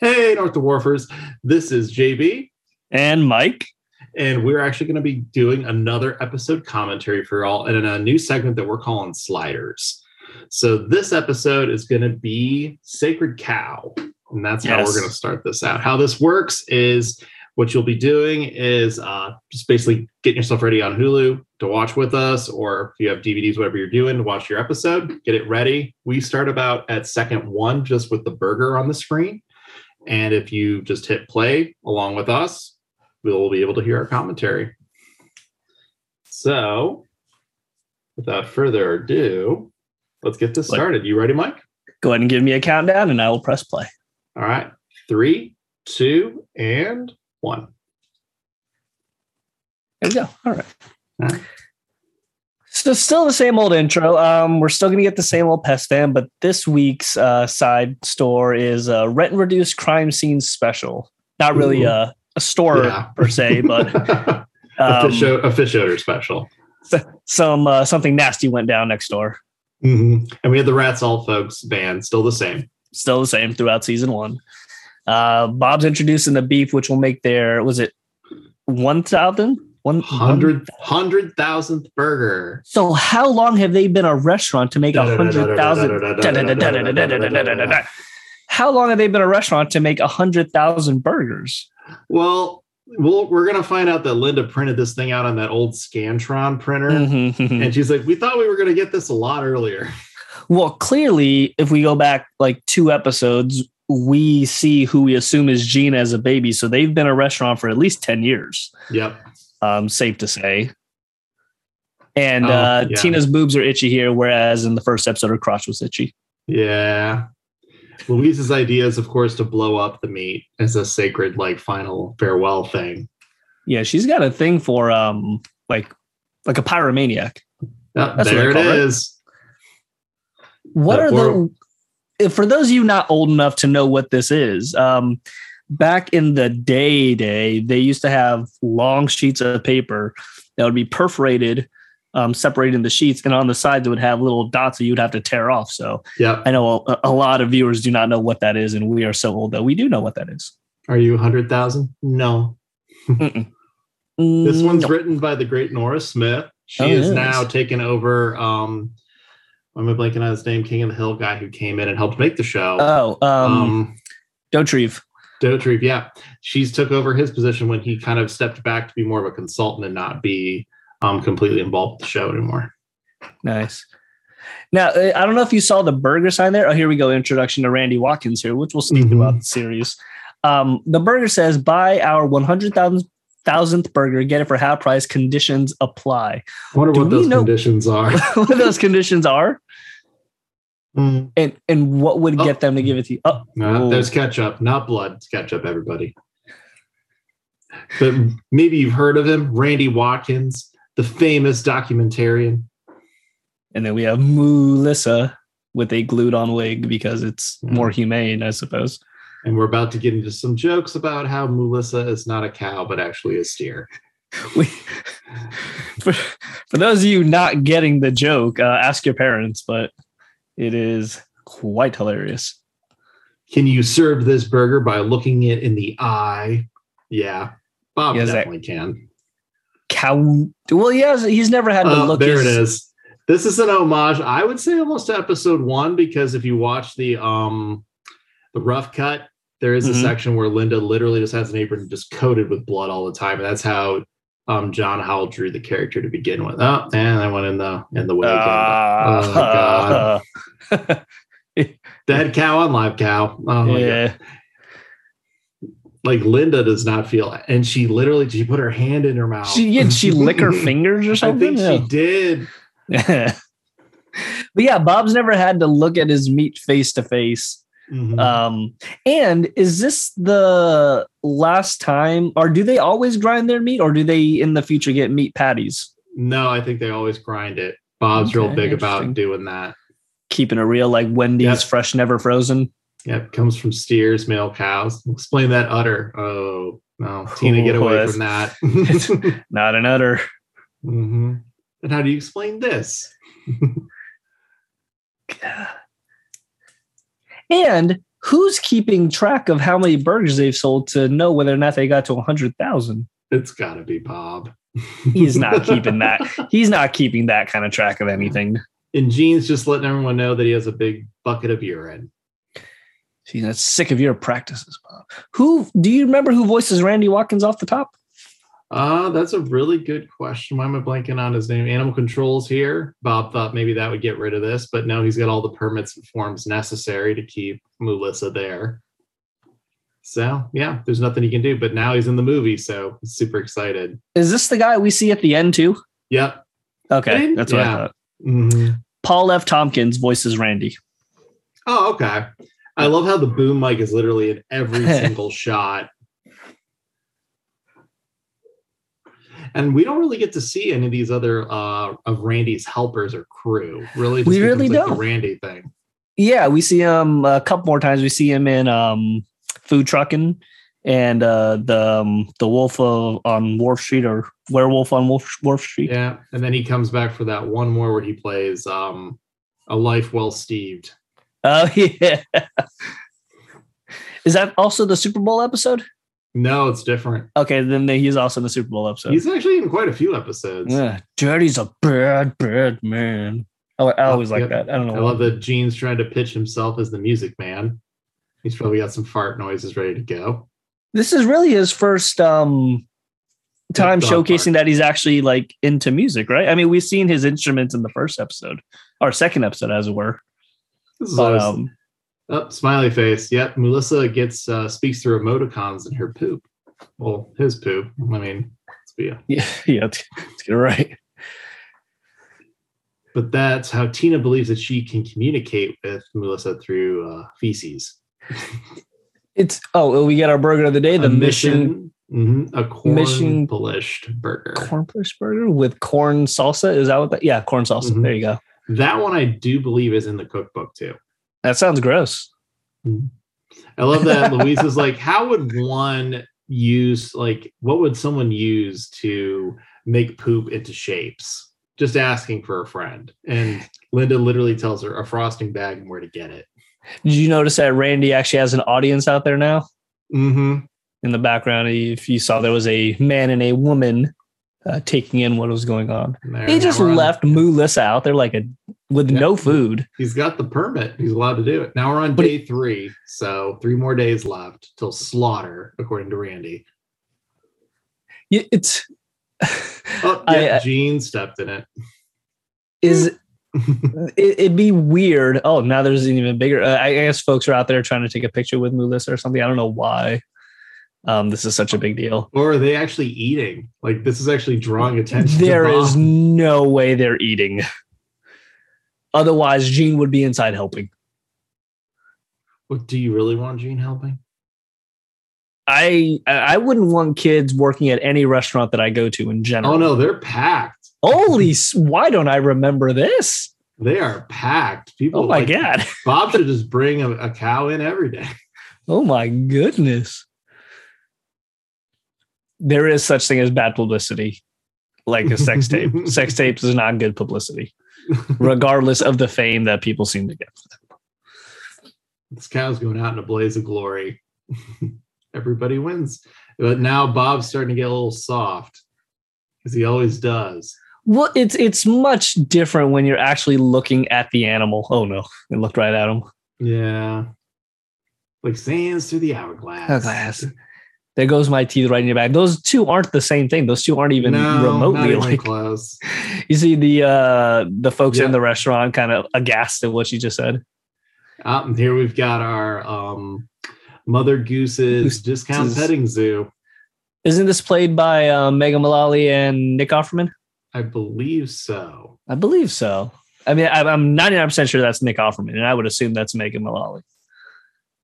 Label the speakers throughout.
Speaker 1: Hey, North Dwarfers. This is JB,
Speaker 2: And Mike,
Speaker 1: and we're actually going to be doing another episode commentary for y'all and in a new segment that we're calling Sliders. So, this episode is going to be Sacred Cow. And that's how
Speaker 2: Yes.
Speaker 1: we're going to start this out. How this works is what you'll be doing is uh, just basically getting yourself ready on Hulu to watch with us, or if you have DVDs, whatever you're doing, to watch your episode, get it ready. We start about at second one, just with the burger on the screen. And if you just hit play along with us, we'll be able to hear our commentary. So, without further ado, let's get this
Speaker 2: Like-
Speaker 1: started. You ready, Mike?
Speaker 2: go ahead and give me a countdown and I will press play.
Speaker 1: All right. Three, two, and one.
Speaker 2: There we go. All right.
Speaker 1: All right.
Speaker 2: So still the same old intro. Um, we're still gonna get the same old pest van, but this week's uh, side store is a rent and reduced crime scene special. Not really
Speaker 1: Ooh.
Speaker 2: a, a store
Speaker 1: Yeah.
Speaker 2: per se, but
Speaker 1: a, fish
Speaker 2: um,
Speaker 1: o- a fish odor special.
Speaker 2: some uh, something nasty went down next door.
Speaker 1: Mhm. And we had the Rats All Folks band, still the same.
Speaker 2: Still the same throughout season one. Uh, Bob's introducing the beef, which will make their was it one thousand one hundred.
Speaker 1: 100, 100,000th burger.
Speaker 2: So how long have they been a restaurant to make a hundred thousand? How long have they been a restaurant to make a hundred thousand burgers?
Speaker 1: Well, we'll we're going to find out that Linda printed this thing out on that old Scantron printer.
Speaker 2: Mhm.
Speaker 1: And she's like, we thought we were going to get this a lot earlier.
Speaker 2: well, clearly, if we go back like two episodes, we see who we assume is Gina as a baby. So they've been a restaurant for at least ten years.
Speaker 1: Yep.
Speaker 2: Um, safe to say. And
Speaker 1: Oh,
Speaker 2: uh,
Speaker 1: yeah.
Speaker 2: Tina's boobs are itchy here, whereas in the first episode, her crotch was itchy.
Speaker 1: Yeah. Louise's idea is, of course, to blow up the meat as a sacred, like, final farewell thing.
Speaker 2: Yeah, she's got a thing for um, like like a pyromaniac.
Speaker 1: Yep,
Speaker 2: That's what
Speaker 1: there
Speaker 2: they
Speaker 1: it
Speaker 2: call it.
Speaker 1: is.
Speaker 2: What
Speaker 1: Uh,
Speaker 2: are
Speaker 1: or-
Speaker 2: the if for those of you not old enough to know what this is? Um, back in the day, day they used to have long sheets of paper that would be perforated, um, separating the sheets, and on the sides it would have little dots that you'd have to tear off. So
Speaker 1: Yep.
Speaker 2: I know a, a lot of viewers do not know what that is, and we are so old that we do know what that is.
Speaker 1: Are you 100,000? No. This
Speaker 2: Mm,
Speaker 1: one's
Speaker 2: no.
Speaker 1: written by the great Nora Smith. She
Speaker 2: Oh,
Speaker 1: is
Speaker 2: yes.
Speaker 1: now taken over. Um, why am I blanking on his name? King of the Hill guy who came in and helped make the show.
Speaker 2: oh um,
Speaker 1: um,
Speaker 2: Dotrieve.
Speaker 1: Dotrieve, yeah. She's took over his position when he kind of stepped back to be more of a consultant and not be um, completely involved with the show anymore.
Speaker 2: Nice. Now, uh, I don't know if you saw the burger sign there. Oh, here we go. Introduction to Randy Watkins here, which we'll see
Speaker 1: Mhm.
Speaker 2: throughout the series. Um, the burger says, buy our 100,000th burger, get it for half price, conditions apply.
Speaker 1: I wonder
Speaker 2: Do
Speaker 1: what
Speaker 2: we
Speaker 1: those
Speaker 2: know-
Speaker 1: conditions are.
Speaker 2: what those conditions are
Speaker 1: Mm.
Speaker 2: and, and what would get them to give it to you. Oh,
Speaker 1: No, Uh, there's ketchup, not blood. It's ketchup, everybody. But maybe you've heard of him, Randy Watkins, the famous documentarian.
Speaker 2: and then we have Melissa with a glued on wig because it's
Speaker 1: Mhm.
Speaker 2: more humane, I suppose.
Speaker 1: And we're about to get into some jokes about how Melissa is not a cow, but actually a steer.
Speaker 2: We, for, for those of you not getting the joke, uh, ask your parents, but it is quite hilarious.
Speaker 1: Can you serve this burger by looking it in the eye? Yeah, Bob
Speaker 2: Yes, I-
Speaker 1: definitely can.
Speaker 2: cow. Well, he has. He's never had to
Speaker 1: Oh,
Speaker 2: look.
Speaker 1: there
Speaker 2: his,
Speaker 1: it is. This is an homage, I would say, almost to episode one, because if you watch the um the rough cut, there is a
Speaker 2: Mhm.
Speaker 1: section where Linda literally just has an apron just coated with blood all the time, and that's how um John Howell drew the character to begin with. Oh, and I went in the in the way. again.
Speaker 2: Ah,
Speaker 1: Oh, God. Dead cow on live cow. Oh my god.
Speaker 2: yeah.
Speaker 1: like Linda does not feel, and she literally she put her hand in her mouth.
Speaker 2: She did she lick her fingers or
Speaker 1: I
Speaker 2: something?
Speaker 1: think she did.
Speaker 2: Yeah. but yeah, Bob's never had to look at his meat face to face.
Speaker 1: Mhm.
Speaker 2: Um, and is this the last time, or do they always grind their meat, or do they in the future get meat patties?
Speaker 1: no, I think they always grind it. Bob's real
Speaker 2: Okay,
Speaker 1: big
Speaker 2: interesting.
Speaker 1: about doing that.
Speaker 2: Keeping it real, like Wendy's
Speaker 1: Yeah.
Speaker 2: fresh, never frozen.
Speaker 1: Yep, comes from steers, male cows. Explain that udder. Oh no, Tina, get away
Speaker 2: Yes.
Speaker 1: from that.
Speaker 2: Not another.
Speaker 1: Mhm. And how do you explain this?
Speaker 2: And who's keeping track of how many burgers they've sold to know whether or not they got to 100,000?
Speaker 1: It's got to be Bob.
Speaker 2: He's not keeping that. He's not keeping that kind of track of anything.
Speaker 1: And Gene's just letting everyone know that he has a big bucket of urine.
Speaker 2: She's not sick of your practices, Bob. Who do you remember who voices Randy Watkins off the top?
Speaker 1: Uh, that's a really good question. Why am I blanking on his name? Animal Controls here. Bob thought maybe that would get rid of this, but no, he's got all the permits and forms necessary to keep Melissa there. So yeah, there's nothing he can do. But now he's in the movie, so he's super excited.
Speaker 2: Is this the guy we see at the end too?
Speaker 1: Yep.
Speaker 2: Okay, that's what I
Speaker 1: Yeah.
Speaker 2: thought.
Speaker 1: Mhm.
Speaker 2: Paul F. Tompkins voices Randy.
Speaker 1: Oh, okay. I love how the boom mic is literally in every single shot. And we don't really get to see any of these other uh, of Randy's helpers or crew. Really, just
Speaker 2: We
Speaker 1: becomes,
Speaker 2: really
Speaker 1: like, the
Speaker 2: don't.
Speaker 1: Randy thing.
Speaker 2: Yeah, we see him a couple more times. We see him in um, food trucking and uh, the um, the wolf of, on Wharf Street or werewolf on Wolf, Wharf Street.
Speaker 1: Yeah, and then he comes back for that one more where he plays um, a life well steved.
Speaker 2: Oh yeah. Is that also the Super Bowl episode?
Speaker 1: No, it's different.
Speaker 2: Okay, then they- he's also in the Super Bowl episode.
Speaker 1: He's actually in quite a few episodes.
Speaker 2: yeah, Daddy's a bad, bad man. I, I always like
Speaker 1: Yep.
Speaker 2: that. I don't know.
Speaker 1: I
Speaker 2: why.
Speaker 1: love that Gene's trying to pitch himself as the music man. He's probably got some fart noises ready to go.
Speaker 2: this is really his first um time
Speaker 1: Dog
Speaker 2: showcasing that he's actually like into music, right? I mean, we've seen his instruments in the first episode, or second episode, as it were.
Speaker 1: This is
Speaker 2: But
Speaker 1: always-
Speaker 2: um,
Speaker 1: Up, Oh, smiley face. Yep, Melissa gets uh, speaks through emoticons in her poop. Well, his poop. I mean, let's be.
Speaker 2: yeah, yeah, let's let's get it right.
Speaker 1: But that's how Tina believes that she can communicate with Melissa through uh, feces.
Speaker 2: It's oh, we get our burger of the day, the
Speaker 1: A
Speaker 2: mission
Speaker 1: mhm, a corn
Speaker 2: mission-
Speaker 1: polished burger.
Speaker 2: corn push burger with corn salsa. Is that what that? Yeah, corn salsa.
Speaker 1: Mhm.
Speaker 2: There you go.
Speaker 1: That one I do believe is in the cookbook too.
Speaker 2: That sounds gross.
Speaker 1: I love that Louise is like, how would one use like what would someone use to make poop into shapes? Just asking for a friend. And Linda literally tells her a frosting bag and where to get it.
Speaker 2: Did you notice that Randy actually has an audience out there now?
Speaker 1: Mm-hmm.
Speaker 2: in the background if you saw there was a man and a woman uh, taking in what was going on he just left melissa out there like a with
Speaker 1: Yeah.
Speaker 2: no food
Speaker 1: He's got the permit. He's allowed to do it. Now we're on
Speaker 2: But
Speaker 1: day three. So three more days left till slaughter, according to Randy.
Speaker 2: Y- it's
Speaker 1: Oh,
Speaker 2: I,
Speaker 1: yeah,
Speaker 2: uh,
Speaker 1: Gene stepped in it.
Speaker 2: is it, it'd be weird oh now there's an even bigger uh, i guess folks are out there trying to take a picture with melissa or something i don't know why um this is such a big deal
Speaker 1: or are they actually eating? Like this is actually drawing attention.
Speaker 2: there
Speaker 1: to
Speaker 2: is
Speaker 1: Bob.
Speaker 2: no way they're eating otherwise gene would be inside helping
Speaker 1: What do you really want Gene helping?
Speaker 2: i i I wouldn't want kids working at any restaurant that i go to in general
Speaker 1: Oh no, they're packed.
Speaker 2: Holy, s- why don't I remember this?
Speaker 1: They are packed. People.
Speaker 2: Oh my
Speaker 1: like,
Speaker 2: God.
Speaker 1: Bob should just bring a, a cow in every day.
Speaker 2: Oh my goodness. There is such thing as bad publicity, like a sex tape. sex tapes is not good publicity, regardless of the fame that people seem to get.
Speaker 1: This cow's going out in a blaze of glory. Everybody wins. But now Bob's starting to get a little soft, as he always does.
Speaker 2: Well, it's it's much different when you're actually looking at the animal. Oh no, it looked right at him.
Speaker 1: Yeah. Like sands through the hourglass.
Speaker 2: Hourglass. There goes my teeth right in your back. Those two aren't the same thing. Those two aren't even
Speaker 1: no,
Speaker 2: remotely
Speaker 1: not even
Speaker 2: like
Speaker 1: close.
Speaker 2: You see the uh the folks
Speaker 1: Yeah.
Speaker 2: in the restaurant kind of aghast at what she just said.
Speaker 1: Out and here we've got our um, Mother Goose's
Speaker 2: Goose-
Speaker 1: discount
Speaker 2: is-
Speaker 1: petting zoo.
Speaker 2: Isn't this played by uh, Megan Mullally and Nick Offerman?
Speaker 1: I believe so.
Speaker 2: I believe so. I mean, I, I'm 99% sure that's Nick Offerman, and I would assume that's Megan Mullally.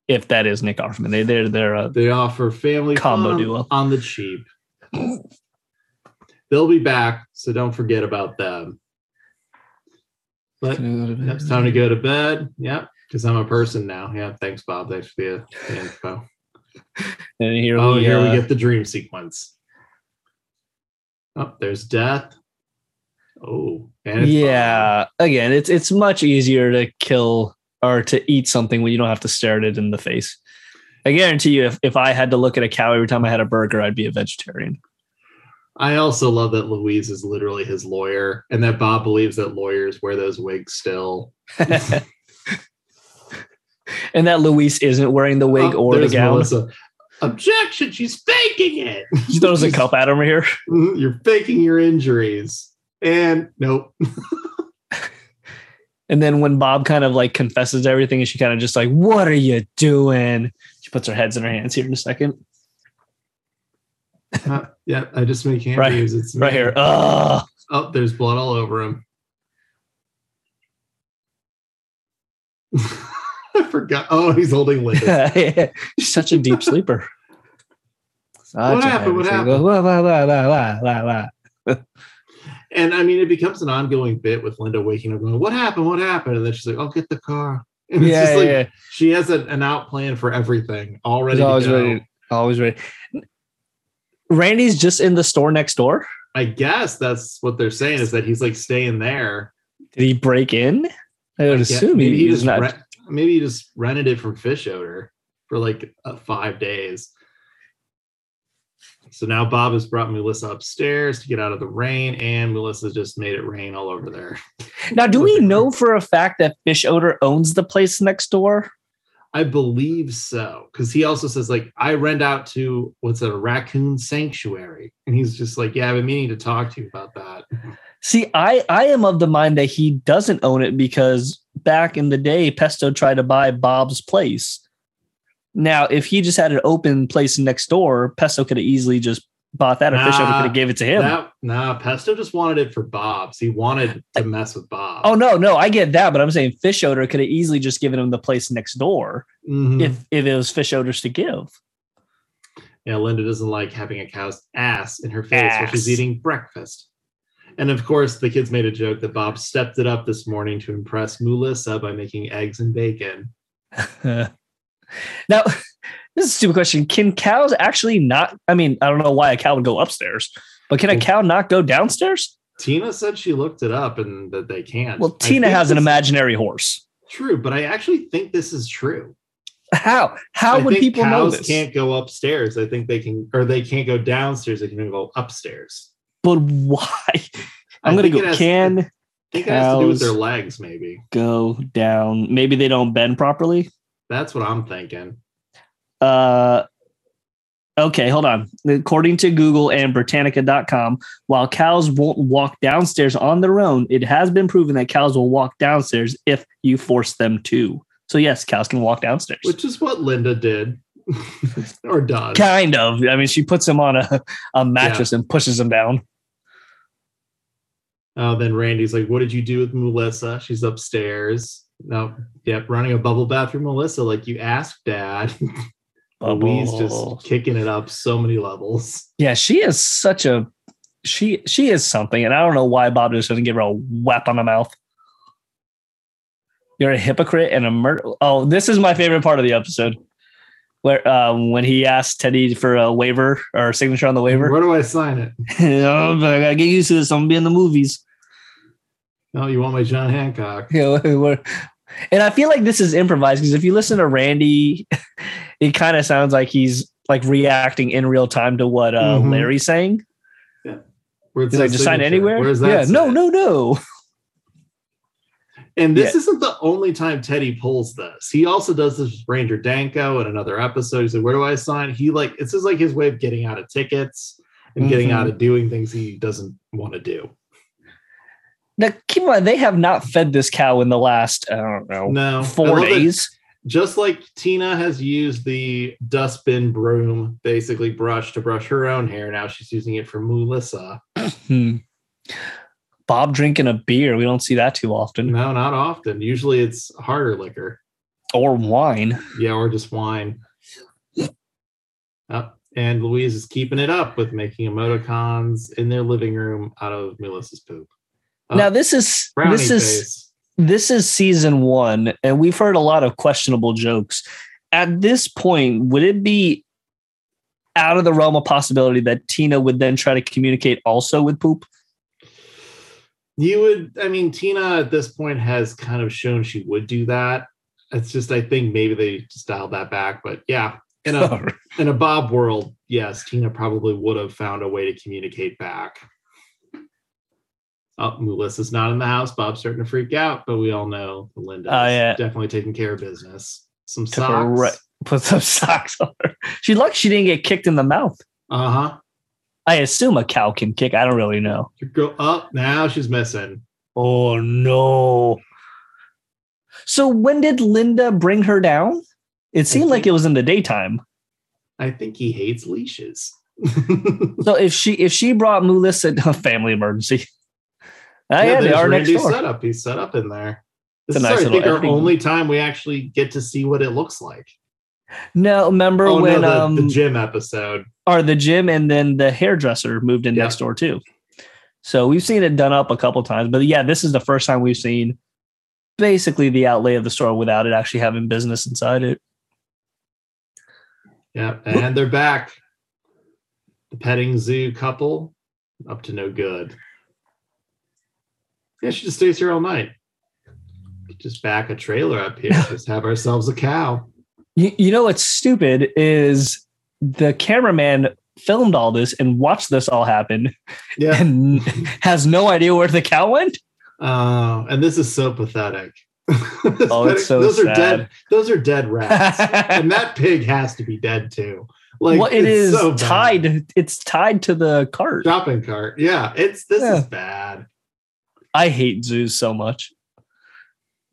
Speaker 2: If that is Nick Offerman, they they're they're uh,
Speaker 1: They offer family
Speaker 2: Combo
Speaker 1: fun
Speaker 2: duo.
Speaker 1: on the cheap. They'll be back, so don't forget about them. But it's time to go to bed. Yep, because I'm a person now. Yeah, thanks, Bob. Thanks for the, the info.
Speaker 2: and here
Speaker 1: Oh,
Speaker 2: we,
Speaker 1: here
Speaker 2: uh,
Speaker 1: we get the dream sequence. Oh, there's death. Oh, and it's Bob.
Speaker 2: yeah. Again, it's it's much easier to kill or to eat something when you don't have to stare at it in the face. I guarantee you, if, if I had to look at a cow every time I had a burger, I'd be a vegetarian.
Speaker 1: I also love that Louise is literally his lawyer and that Bob believes that lawyers wear those wigs still.
Speaker 2: and that Luis isn't wearing the wig
Speaker 1: Oh,
Speaker 2: or the
Speaker 1: there's
Speaker 2: gown.
Speaker 1: Melissa. Objection, she's faking it.
Speaker 2: She throws a cup at him right here.
Speaker 1: Mhm, You're faking your injuries. And nope.
Speaker 2: And then when Bob kind of like confesses everything, and she kind of just like, "What are you doing?" She puts her heads in her hands here in a second,
Speaker 1: Uh, yeah, I just make hand
Speaker 2: Right-
Speaker 1: moves. It's
Speaker 2: right here. Ugh.
Speaker 1: Oh, there's blood all over him. I forgot. Oh, he's holding Liz.
Speaker 2: She's such a deep sleeper. Such
Speaker 1: What
Speaker 2: a
Speaker 1: happened? What
Speaker 2: heavy
Speaker 1: happened?
Speaker 2: sleeper. La, la, la, la, la, la, la.
Speaker 1: And I mean, it becomes an ongoing bit with Linda waking up going, What happened? What happened? And then she's like, I'll get the car. And it's
Speaker 2: Yeah,
Speaker 1: just like
Speaker 2: yeah, yeah.
Speaker 1: she has a, an out plan for everything already.
Speaker 2: She's always
Speaker 1: to go.
Speaker 2: ready. Always ready. Randy's just in the store next door.
Speaker 1: I guess that's what they're saying is that he's like staying there.
Speaker 2: Did he break in? I would
Speaker 1: Yeah,
Speaker 2: assume
Speaker 1: maybe
Speaker 2: he,
Speaker 1: he
Speaker 2: was
Speaker 1: just
Speaker 2: not.
Speaker 1: rent- maybe he just rented it from Fish Odor for like uh, five days. So now Bob has brought Melissa upstairs to get out of the rain, and Melissa just made it rain all over there.
Speaker 2: Now, do we know for a fact that Fish Odor owns the place next door?
Speaker 1: I believe so, because he also says like I rent out to what's it, a raccoon sanctuary, and he's just like, yeah, I've been meaning to talk to you about that.
Speaker 2: See, I I am of the mind that he doesn't own it because back in the day, Pesto tried to buy Bob's place. Now, if he just had an open place next door, Pesto could have easily just bought that, or Fish Odor
Speaker 1: Nah,
Speaker 2: could have gave it to him.
Speaker 1: Ah, That nah, Pesto just wanted it for Bob's. He wanted to mess with Bob.
Speaker 2: Oh no, no, I get that, but I'm saying Fish Odor could have easily just given him the place next door
Speaker 1: Mhm.
Speaker 2: if if it was Fish Odor's to give.
Speaker 1: Yeah, Linda doesn't like having a cow's ass in her face while
Speaker 2: Ass.
Speaker 1: she's eating breakfast. And of course, the kids made a joke that Bob stepped it up this morning to impress Melissa by making eggs and bacon.
Speaker 2: now, this is a stupid question. Can cows actually not? I mean, I don't know why a cow would go upstairs, but can a
Speaker 1: Well-
Speaker 2: cow not go downstairs?
Speaker 1: Tina said she looked it up and that they can't.
Speaker 2: Well,
Speaker 1: I
Speaker 2: Tina
Speaker 1: think
Speaker 2: has an
Speaker 1: this is
Speaker 2: imaginary horse.
Speaker 1: True, but I actually think this is true.
Speaker 2: How? How
Speaker 1: I
Speaker 2: would
Speaker 1: think
Speaker 2: people know
Speaker 1: cows
Speaker 2: this?
Speaker 1: can't go upstairs. I think they can, or they can't go downstairs. They can only go upstairs.
Speaker 2: But why? I'm
Speaker 1: I
Speaker 2: gonna
Speaker 1: think
Speaker 2: go.
Speaker 1: it has-
Speaker 2: Can
Speaker 1: I think it has to do with
Speaker 2: Cows.
Speaker 1: their legs, maybe.
Speaker 2: go down. Maybe they don't bend properly.
Speaker 1: That's what I'm thinking.
Speaker 2: Uh, okay, hold on. According to Google and Britannica.com, while cows won't walk downstairs on their own, it has been proven that cows will walk downstairs if you force them to. So yes, cows can walk downstairs.
Speaker 1: Which is what Linda did or does.
Speaker 2: kind of. I mean, she puts them on a, a mattress and pushes them down.
Speaker 1: Oh, then Randy's like, "What did you do with Melissa? She's upstairs." No, yep, running a bubble bath for Melissa, like you asked, Dad. Louise
Speaker 2: Bubble.
Speaker 1: just kicking it up so many levels.
Speaker 2: Yeah, she is such a she she is something, and I don't know why Bob just doesn't give her a whap on the mouth. You're a hypocrite and a murder. Oh, this is my favorite part of the episode, where um, when he asked Teddy for a waiver or a signature on the waiver.
Speaker 1: Where do I sign it?
Speaker 2: oh, but I gotta get used to this. I'm gonna be in the movies.
Speaker 1: No, Oh, you want my John Hancock?
Speaker 2: You know, where- and I feel like this is improvised because if you listen to Randy, it kind of sounds like he's like reacting in real time to what uh,
Speaker 1: Mhm.
Speaker 2: Larry's saying.
Speaker 1: Where it
Speaker 2: He's like,
Speaker 1: says
Speaker 2: just sign
Speaker 1: signature.
Speaker 2: anywhere.
Speaker 1: Where's that?
Speaker 2: yeah,
Speaker 1: say
Speaker 2: no,
Speaker 1: it?
Speaker 2: no, no.
Speaker 1: And this isn't the only time Teddy pulls this. He also does this with Ranger Danko in another episode. He's like, "Where do I sign?" He like this is like his way of getting out of tickets and getting
Speaker 2: Mhm.
Speaker 1: out of doing things he doesn't want to do.
Speaker 2: Now, keep in mind, they have not fed this cow in the last, I don't know,
Speaker 1: No, I
Speaker 2: four
Speaker 1: love that
Speaker 2: days.
Speaker 1: just like Tina has used the dustbin broom, basically brush to brush her own hair. Now she's using it for Melissa.
Speaker 2: Hmm. Bob drinking a beer. We don't see that too often.
Speaker 1: No, not often. Usually it's harder liquor.
Speaker 2: Or wine.
Speaker 1: Yeah, or just wine. Up. And Louise is keeping it up with making emoticons in their living room out of Melissa's poop. Uh,
Speaker 2: now, this is,
Speaker 1: Frowny
Speaker 2: this is,
Speaker 1: face.
Speaker 2: this is season one, and we've heard a lot of questionable jokes. At this point, would it be out of the realm of possibility that Tina would then try to communicate also with poop?
Speaker 1: You would, I mean, Tina at this point has kind of shown she would do that. it's just I think maybe they styled that back, but yeah, in a in a Bob world, yes, Tina probably would have found a way to communicate back. Oh, Melissa's not in the house. Bob's starting to freak out, but we all know Linda
Speaker 2: Oh, yeah.
Speaker 1: definitely taking care of business. Some
Speaker 2: Took her
Speaker 1: socks.
Speaker 2: right- put some socks on her. She lucky she didn't get kicked in the mouth.
Speaker 1: Uh huh.
Speaker 2: I assume a cow can kick. I don't really know.
Speaker 1: You go up now. She's missing.
Speaker 2: Oh no. So when did Linda bring her down? It seemed like it was in the daytime.
Speaker 1: I think he hates leashes.
Speaker 2: Oh, So if she if she brought Melissa a family emergency. Oh yeah, they
Speaker 1: there's
Speaker 2: are next
Speaker 1: Randy's
Speaker 2: door.
Speaker 1: setup. He's set up in there. This
Speaker 2: It's a
Speaker 1: is,
Speaker 2: nice
Speaker 1: I think,
Speaker 2: little
Speaker 1: our
Speaker 2: editing.
Speaker 1: only time we actually get to see what it looks like.
Speaker 2: No, remember
Speaker 1: oh, no,
Speaker 2: when
Speaker 1: the,
Speaker 2: um
Speaker 1: the gym episode.
Speaker 2: or the gym and then the hairdresser moved in
Speaker 1: Yeah.
Speaker 2: next door too. So we've seen it done up a couple times, but yeah, this is the first time we've seen basically the outlay of the store without it actually having business inside it.
Speaker 1: Yeah, and they're back. The petting zoo couple, up to no good. Yeah, she just stays here all night. Could Just back a trailer up here. just have ourselves a cow.
Speaker 2: You, you know what's stupid is the cameraman filmed all this and watched this all happen
Speaker 1: Yeah.
Speaker 2: and has no idea where the cow went.
Speaker 1: Uh, and this is so pathetic.
Speaker 2: Oh, it's so
Speaker 1: those are
Speaker 2: sad.
Speaker 1: dead. Those are dead rats. and that pig has to be dead too. Like
Speaker 2: well, it
Speaker 1: it's
Speaker 2: is
Speaker 1: so bad.
Speaker 2: tied. It's tied to the cart.
Speaker 1: shopping cart. Yeah, it's this
Speaker 2: Yeah.
Speaker 1: is bad.
Speaker 2: I hate zoos so much.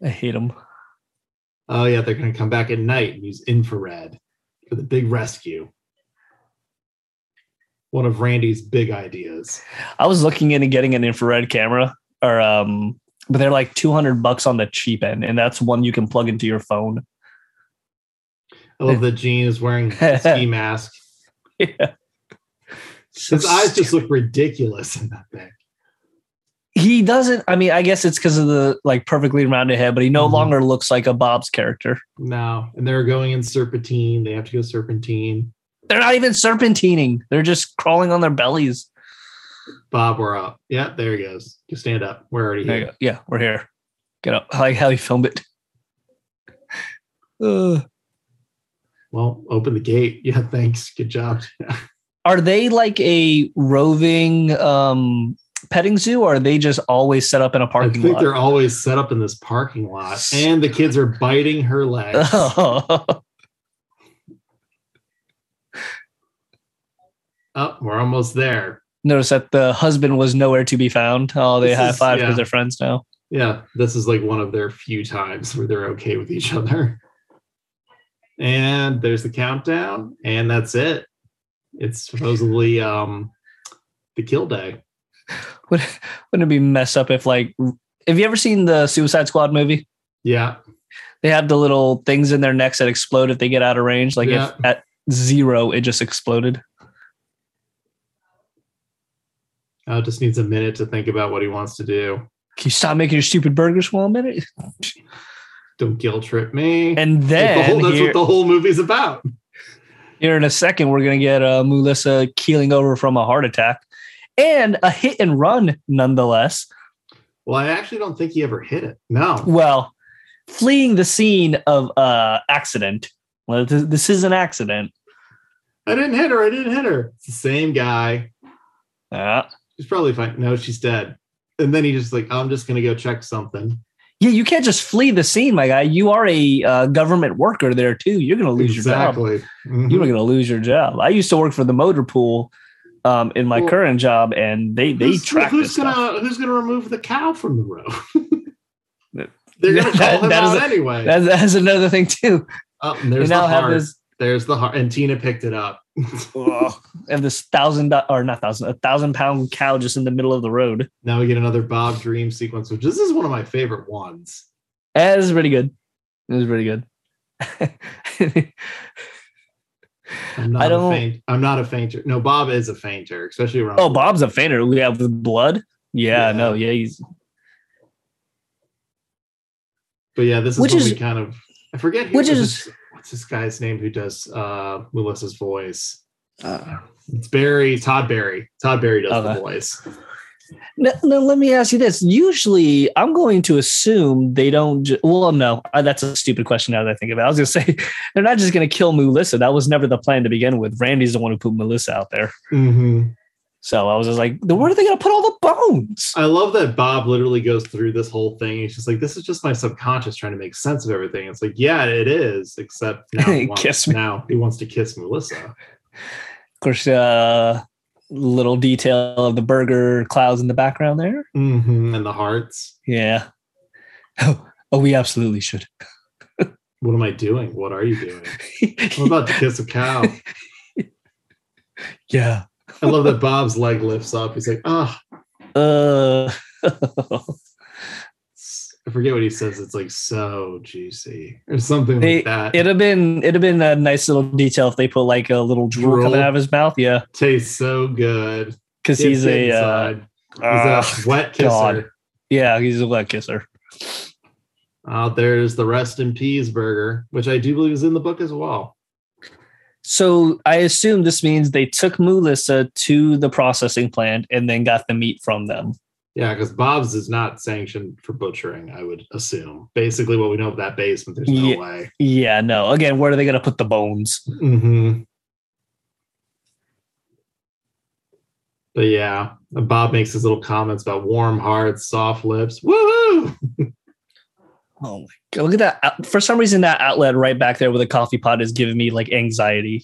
Speaker 2: I hate them.
Speaker 1: Oh yeah, they're gonna come back at night and use infrared for the big rescue. One of Randy's big ideas.
Speaker 2: I was looking into getting an infrared camera, or um, but they're like two hundred bucks on the cheap end, and that's one you can plug into your phone.
Speaker 1: I love that Gene is wearing a ski mask.
Speaker 2: yeah.
Speaker 1: His eyes just look ridiculous in that thing.
Speaker 2: he doesn't. I mean, I guess it's because of the like perfectly rounded head, but he no
Speaker 1: Mhm.
Speaker 2: longer looks like a Bob's character.
Speaker 1: No, and they're going in serpentine. They have to go serpentine.
Speaker 2: They're not even serpentining; they're just crawling on their bellies.
Speaker 1: Bob, we're up. Yeah, there he goes. Just stand up. We're already
Speaker 2: There you
Speaker 1: here.
Speaker 2: go. Yeah, we're here. Get up. I like how he filmed it. Uh,
Speaker 1: Well, open the gate. Yeah, thanks. Good job.
Speaker 2: are they like a roving um petting zoo, or are they just always set up in a parking
Speaker 1: I think
Speaker 2: lot?
Speaker 1: they're always set up in this parking lot, and the kids are biting her legs.
Speaker 2: Oh.
Speaker 1: Oh, we're almost there.
Speaker 2: Notice that the husband was nowhere to be found. Oh, they
Speaker 1: This
Speaker 2: high
Speaker 1: is-
Speaker 2: five because
Speaker 1: yeah.
Speaker 2: they're friends now.
Speaker 1: Yeah, this is like one of their few times where they're okay with each other. And there's the countdown, and that's it. It's supposedly um the kill day.
Speaker 2: Would, wouldn't it be messed up if like have you ever seen the Suicide Squad movie?
Speaker 1: Yeah,
Speaker 2: They have the little things in their necks that explode if they get out of range. Like
Speaker 1: Yeah.
Speaker 2: if at zero it just exploded.
Speaker 1: oh, just needs a minute to think about what he wants to do.
Speaker 2: Can you stop making your stupid burgers for a minute?
Speaker 1: Don't guilt trip me.
Speaker 2: And
Speaker 1: Like,
Speaker 2: then
Speaker 1: the whole, Oh, that's
Speaker 2: here,
Speaker 1: what the whole movie's about.
Speaker 2: here in a second we're gonna get uh, Melissa keeling over from a heart attack and a hit and run nonetheless.
Speaker 1: Well, I actually don't think he ever hit it. No.
Speaker 2: well fleeing the scene of uh accident well this, this is an accident
Speaker 1: I didn't hit her. I didn't hit her. It's the same guy.
Speaker 2: uh,
Speaker 1: She's probably fine. No, she's dead. And then he just like, I'm just gonna go check something.
Speaker 2: yeah you can't just flee the scene my guy you are a uh, government worker there too you're gonna lose your job
Speaker 1: exactly. Mhm.
Speaker 2: you are gonna lose your job i used to work for the motor pool um, in my
Speaker 1: Well,
Speaker 2: current job and they they
Speaker 1: who's,
Speaker 2: track
Speaker 1: who's
Speaker 2: this
Speaker 1: gonna
Speaker 2: stuff.
Speaker 1: who's gonna remove the cow from the row?
Speaker 2: That-
Speaker 1: They're gonna call him
Speaker 2: that is
Speaker 1: out
Speaker 2: a-
Speaker 1: anyway.
Speaker 2: That's, that's another thing too
Speaker 1: Oh, and there's
Speaker 2: they now
Speaker 1: the
Speaker 2: have
Speaker 1: heart.
Speaker 2: this
Speaker 1: There's the heart. And Tina picked it up.
Speaker 2: ugh, have this thousand do- or not thousand a thousand pound cow just in the middle of the road
Speaker 1: Now we get another Bob Dream sequence, which this is one of my favorite ones.
Speaker 2: It was pretty good. It was pretty good.
Speaker 1: I'm not
Speaker 2: I don't-
Speaker 1: a faint. I'm not a fainter. No, Bob is a fainter, especially around.
Speaker 2: oh, Bob's a fainter. We have the blood.
Speaker 1: Yeah.
Speaker 2: Yeah, no, yeah, he's
Speaker 1: But yeah, this is
Speaker 2: Which
Speaker 1: when
Speaker 2: is-
Speaker 1: we kind of I forget who
Speaker 2: which
Speaker 1: this-
Speaker 2: is-
Speaker 1: what's this guy's name who does uh Melissa's
Speaker 2: Uh. Oh,
Speaker 1: voice. It's Barry Todd Barry. Todd Barry does the
Speaker 2: Okay.
Speaker 1: voice.
Speaker 2: Now, now let me ask you this. Usually, I'm going to assume they don't. Ju- well, no, uh, that's a stupid question. Now that I think about, it. I was going to say they're not just going to kill Melissa. That was never the plan to begin with. Randy's the one who put Melissa out there.
Speaker 1: Mm-hmm.
Speaker 2: So I was just like, "Then where are they going to put all the bones?
Speaker 1: I love that Bob literally goes through this whole thing. He's just like, this is just my subconscious trying to make sense of everything. It's like, yeah, it is, except now he wants,
Speaker 2: Kiss me.
Speaker 1: now he wants to kiss Melissa.
Speaker 2: Of course, uh, little detail of the burger clouds in the background there.
Speaker 1: hmm And the hearts.
Speaker 2: Yeah. Oh, oh we absolutely should.
Speaker 1: What am I doing? What are you doing? I'm about to kiss a cow.
Speaker 2: yeah.
Speaker 1: I love that Bob's leg lifts up. He's like, ah,
Speaker 2: Uh,
Speaker 1: I forget what he says. It's like so juicy or something
Speaker 2: They-
Speaker 1: like that.
Speaker 2: it'd have been it'd have been a nice little detail if they put like a little drool
Speaker 1: Drool.
Speaker 2: coming out of his mouth. Yeah,
Speaker 1: tastes so good.
Speaker 2: because
Speaker 1: It's
Speaker 2: he's a uh,
Speaker 1: inside.
Speaker 2: uh,
Speaker 1: he's a wet kisser.
Speaker 2: God. yeah he's a wet kisser.
Speaker 1: Uh, there's the rest in peas burger, which I do believe is in the book as well.
Speaker 2: So I assume this means they took Melissa to the processing plant and then got the meat from them.
Speaker 1: Yeah, because Bob's is not sanctioned for butchering, I would assume. Basically, what we know of that basement, there's no
Speaker 2: Yeah.
Speaker 1: way.
Speaker 2: Yeah, no. Again, where are they gonna put the bones?
Speaker 1: hmm But yeah, Bob makes his little comments about warm hearts, soft lips. Woohoo!
Speaker 2: Oh my god! Look at that. out- For some reason, that outlet right back there with a coffee pot is giving me like anxiety.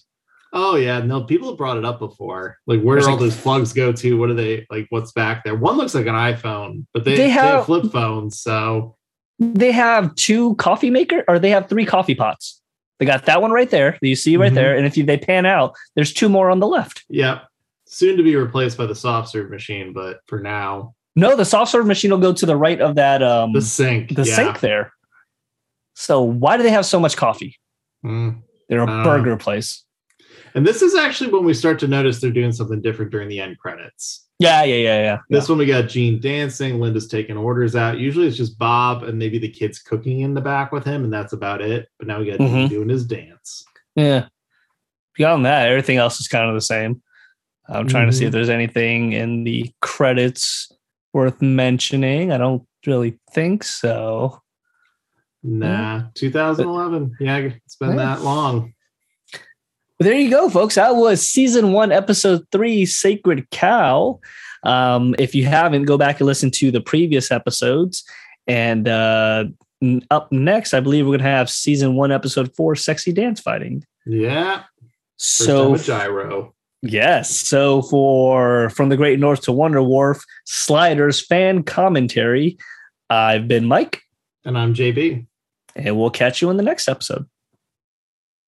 Speaker 1: Oh yeah, no, people have brought it up before. Like, where do
Speaker 2: There's
Speaker 1: all
Speaker 2: like-
Speaker 1: those plugs go to? What are they like? What's back there? One looks like an iPhone, but they,
Speaker 2: They
Speaker 1: they have,
Speaker 2: have-
Speaker 1: flip phones. So
Speaker 2: They have two coffee maker, or they have three coffee pots. They got that one right there that you see right
Speaker 1: Mhm.
Speaker 2: there, and if you, they pan out, there's two more on the left.
Speaker 1: yeah, soon to be replaced by the soft serve machine, but for now,
Speaker 2: No, the soft serve machine will go to the right of that um
Speaker 1: the
Speaker 2: the,
Speaker 1: sink. yeah.
Speaker 2: sink there. So why do they have so much coffee?
Speaker 1: Mm.
Speaker 2: They're a
Speaker 1: Uh,
Speaker 2: burger place.
Speaker 1: And this is actually when we start to notice they're doing something different during the end credits.
Speaker 2: Yeah, yeah, yeah, yeah.
Speaker 1: This one we got Gene dancing, Linda's taking orders out. Usually it's just Bob and maybe the kids cooking in the back with him, and that's about it. But now we got Gene
Speaker 2: Mhm.
Speaker 1: doing his dance.
Speaker 2: Yeah. Beyond that, everything else is kind of the same. I'm trying to see
Speaker 1: Mhm.
Speaker 2: if there's anything in the credits worth mentioning. I don't really think so.
Speaker 1: Nah, 2011. Yeah, it's been
Speaker 2: Yeah.
Speaker 1: that long.
Speaker 2: But there you go, folks. That was season one, episode three, Sacred Cow. Um, if you haven't, go back and listen to the previous episodes. And uh, n- up next, I believe we're going to have season one, episode four, Sexy Dance Fighting.
Speaker 1: Yeah. First
Speaker 2: So,
Speaker 1: time a gyro.
Speaker 2: Yes. So for From the Great North to Wonder Wharf, Sliders fan commentary. I've been Mike,
Speaker 1: And I'm JB.
Speaker 2: and we'll catch you in the next episode.